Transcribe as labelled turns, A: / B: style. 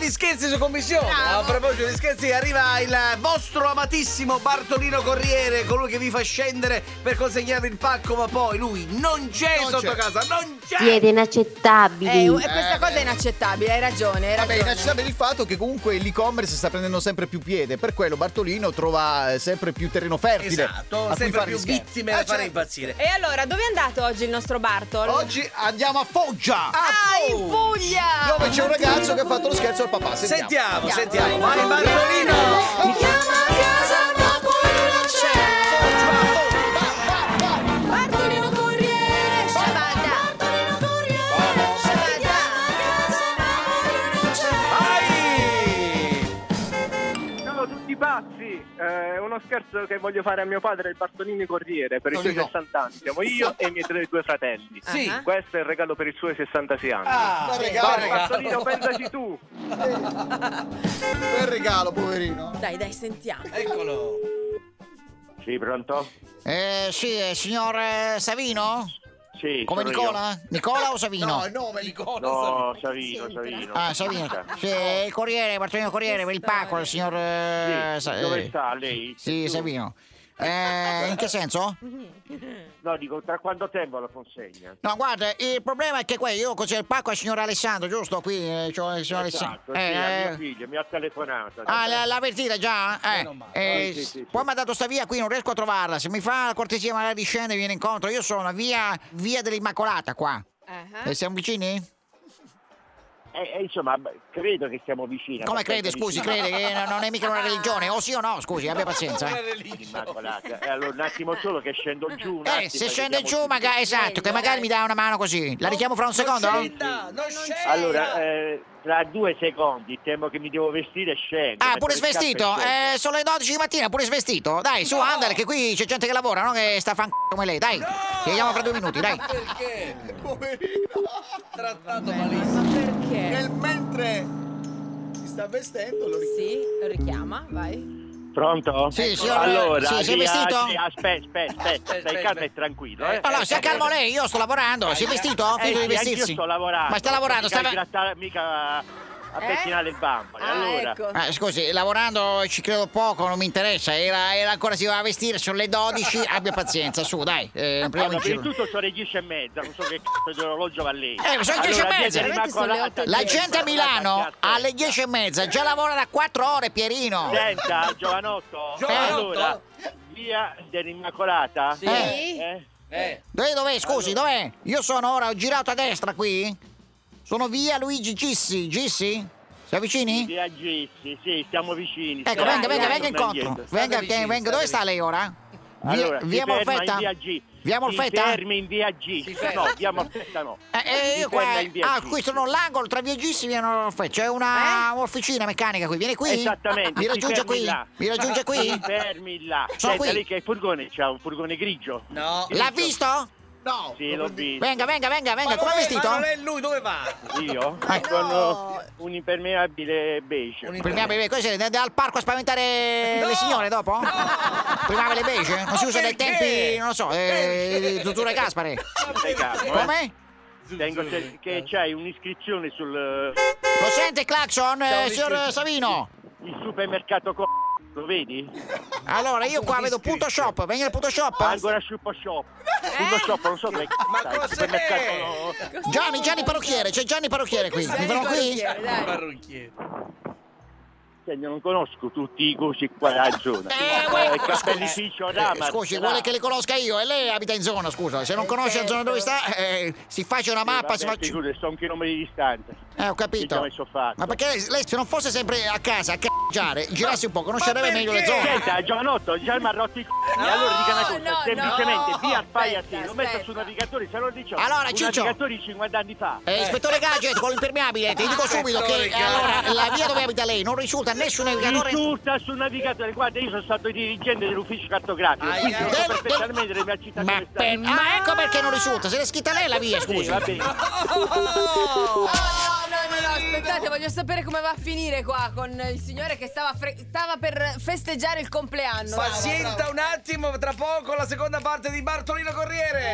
A: di scherzi su commissione.
B: Bravo.
A: A proposito di scherzi, arriva il vostro amatissimo Bartolino Corriere, colui che vi fa scendere per consegnarvi il pacco, ma poi lui non c'è
C: Non
A: sotto
C: c'è.
A: casa, non c'è.
D: Siete inaccettabili.
B: Eh, u- questa
C: Eh,
B: cosa
C: beh.
B: è inaccettabile, hai ragione. Hai
C: Vabbè,
B: ragione.
C: inaccettabile il fatto che comunque l'e-commerce sta prendendo sempre più piede, per quello Bartolino trova eh, sempre più terreno fertile. a
A: Esatto,
C: cui
A: sempre
C: fare
A: più
C: gli scherzi.
A: vittime
C: Ah,
A: da fare
C: certo.
A: impazzire.
B: E allora, dove è andato oggi il nostro Bartol?
C: Oggi andiamo a Foggia,
A: Ah,
B: Ah, in
A: oh.
B: Puglia!
C: dove c'è un ragazzo che ha fatto lo scherzo al papà.
A: Sentiamo,
C: Sentiamo.
B: Sentiamo.
A: sentiamo. Vai Bartolino.
B: Mi chiama a casa, ma poi non c'è. Bartolino Corriere, Shabada. Bartolino Corriere,
A: Vai!
E: Ciao tutti pazzi! Eh, È uno scherzo che voglio fare a mio padre, il Bartolini Corriere, per i suoi
C: Io no.
E: 60 anni. Siamo io e i miei tre due fratelli.
A: Sì.
B: Ah.
E: Questo è il regalo per i suoi 66 anni.
A: Ah,
C: Bel
A: vai,
C: regalo,
E: Vai, Bartolino, pensaci tu!
C: bel regalo, poverino.
B: Dai, dai, sentiamo.
A: Eccolo.
F: Sì, pronto?
G: Eh, sì, eh, signor eh, Savino?
F: Sì,
G: Come
F: sono
G: Nicola? Nicola o Savino?
C: No, il nome di
F: io. No, Savino, Savino.
G: Ah, Savino. Sì, il Corriere, Bartolino Corriere, per il pacco, il signor... eh,
F: Sì,
G: Sa-
F: dove
G: eh,
F: sta lei?
G: Sì,
F: Tu?
G: Savino. Eh, in che senso?
F: No, dico, tra quanto tempo la consegna?
G: No, guarda, il problema è che qua io così il pacco al signor Alessandro, giusto? Qui eh, c'ho il signor
F: Esatto,
G: Alessandro.
F: sì, a mio
G: Eh, eh,
F: figlio, mi ha telefonato.
G: Ah, la- l'avvertita già? Eh, eh,
F: Sì, sì, sì,
G: poi mi ha dato sta via, qui non riesco a trovarla. Se mi fa la cortesia magari di scendere, viene incontro. Io sono a via, via dell'Immacolata qua.
B: Ah,
G: Eh, siamo vicini?
F: Eh, eh, insomma, beh, credo che siamo vicini.
G: Come
F: abbastanza
G: crede, scusi,
F: vicini.
G: crede che no- non è mica una religione, o sì o no, scusi, abbia pazienza. eh.
F: Immacolata. Eh, allora, un attimo solo che scendo giù. un
G: Eh,
F: attimo
G: se
F: e
G: scende
F: vediamo
G: giù,
F: tutti.
G: magari, esatto, che magari mi dà una mano così. La richiamo fra un secondo?
A: Non scenda, non scenda.
F: Allora, eh, tra due secondi, temo che mi devo vestire e scendo.
G: Ah,
F: metto
G: pure
F: le scarpe e
G: svestito?
F: scendo.
G: Eh, sono le 12 di mattina, pure svestito? Dai, su,
A: No.
G: andare, che qui c'è gente che lavora, non che sta a fan c***o come lei, dai. Ci vediamo fra due minuti, dai.
A: Perché?
C: Poverino.
A: Trattato
B: ma
A: malissimo.
B: perché?
C: Nel mentre si sta vestendo, lo ricordo.
B: Sì, lo richiama, vai.
F: Pronto?
G: Sì,
F: Ecco.
G: signora,
F: Allora,
G: sì, sei
F: via-
G: vestito? Ah,
F: sì, Aspetta, aspetta, aspetta,
A: Aspetta,
F: stai calmo
A: aspetta.
F: e tranquillo. Eh.
G: Allora, si calmo lei, io sto lavorando. Si è vestito?
F: Eh,
G: Finito di
F: sì, anch'io
G: vestirsi.
F: sto lavorando.
G: Ma sta lavorando,
F: mica
G: sta...
F: a grattare- mica a pettinare il bambole.
B: Eh? Ah,
F: allora,
B: ecco.
G: Ah, scusi, lavorando ci credo poco, non mi interessa. Era, era ancora si va a vestire, sono le 12. Abbia pazienza, su, dai. Eh, non prendiamo
F: allora
G: in
F: prima di
G: giro.
F: tutto sono le 10 e mezza, non so che cazzo di orologio va lì.
G: Eh, sono le 10 e
F: Allora,
G: mezza.
F: dietro
B: Veramente sono le otto
F: l'Immacolata-
B: e
G: La
B: Sì,
G: gente a Milano alle 10 e mezza già lavora da 4 ore, Pierino.
F: Senta, giovanotto,
A: Giovanotto?
F: allora, via dell'Immacolata?
B: Sì.
F: Eh?
A: Eh,
G: Dove, dov'è? Scusi, dov'è? Io sono ora, ho girato a destra qui. Sono via Luigi Gissi. Gissi? Si avvicini?
F: Via Gissi, sì, siamo vicini.
G: Ecco,
F: stiamo
G: venga, venga,
F: andando
G: venga incontro.
F: indietro.
G: Venga,
A: State vicini,
G: venga.
A: state
G: Dove sta lei ora? Via,
F: Allora, si
G: via
F: ferma in
G: Molfetta?
F: Via G.
G: Via
F: Si
G: Molfetta?
F: fermi in via
A: Si
F: G.
A: ferma.
F: No, via Molfetta no.
G: Eh, eh, io
F: Si
G: qua,
F: ferma in via
G: ah,
F: G.
G: qui sono l'angolo tra via Gissi e via Norfe. C'è una officina meccanica qui. Vieni qui.
F: Eh? Esattamente,
G: Mi
F: si
G: raggiunge
F: fermi
G: qui.
F: là.
G: Mi raggiunge qui.
F: Si fermi là.
G: Sono
F: Senta
G: qui.
F: lì che il furgone c'ha un furgone grigio.
A: no.
G: L'ha visto?
C: No,
F: Sì, l'ho visto.
G: Venga, venga, venga, venga.
A: Ma
G: Come
A: non
G: è
A: è-
G: vestito?
A: Ma non è lui, dove va?
F: Io?
G: Eh.
F: Con
B: No.
F: eh, un impermeabile beige.
A: Un
G: Prima beve così andate al parco a spaventare le signore dopo? Prima le beige? Non si
A: Ma
G: usa dai
A: perché?
G: tempi, non lo so, eh,
A: Perché?
G: Zuzzura e Gaspare.
F: Stai calmo, eh.
G: Come?
F: Tengo se- che
G: Eh.
F: c'hai un'iscrizione sul eh,
G: Lo sente il Claxon, eh,
A: Ciao,
G: signor
A: Ricci.
G: Savino?
F: il supermercato co... Lo vedi?
G: Allora, io qua vedo punto shop, venga al punto shop.
F: Ancora Shuppo Shop.
G: Eh?
F: Shuppo Shop, non so dove
A: Ma
F: stai,
A: cos'è?
F: supermercato-
G: Gianni, Gianni Parrucchiere, c'è Gianni Parrucchiere qui. Mi fanno qui?
B: Parrucchiere, dai.
A: Parrucchiere.
F: Cioè, io non conosco tutti i cosi qua della zona.
G: Eh, guarda,
F: il cappellificio Rama.
G: Scusi, vuole che le conosca io e lei abita in zona, scusa. Se non conosce la zona dove sta, eh, si faccia una mappa, si faccia...
F: sto a un chilometro di distanza.
G: Eh, ho
F: Che ci ho
G: capito.
F: messo Diciamo fatto.
G: Ma perché lei se non fosse sempre a casa a caggiare, girassi un po', conoscerebbe meglio le
A: perché?
G: zone.
F: Senta, giovanotto, già il marrotti i c***i. allora dica una cosa,
B: no,
F: semplicemente
A: no.
F: via al Paiati,
B: Aspetta,
F: lo metto
B: aspetta.
F: sul navigatore, se non dicevo.
G: Allora,
F: un
G: Ciccio.
F: navigatore di 50 anni fa.
G: Eh, ispettore Gadget con l'impermeabile, ti dico subito che
A: Ispettore
G: eh, allora la via dove abita lei non risulta a nessun navigatore del,
F: Risulta sul navigatore, guarda, io sono stato dirigente dell'ufficio cartografico,
A: Ai,
F: quindi
A: ai.
F: so
G: del-
F: perfettamente la mia città
G: Eh, Ma
F: dove sta.
G: per- ah, ecco perché non risulta, se l'è scritta lei la via,
F: Sì,
G: scusi.
F: va bene.
A: Oh!
B: No, no, no, no, aspettate, voglio sapere come va a finire qua con il signore che stava, fre- stava per festeggiare il compleanno.
A: Pazienta un attimo, tra poco la seconda parte di Bartolino Corriere.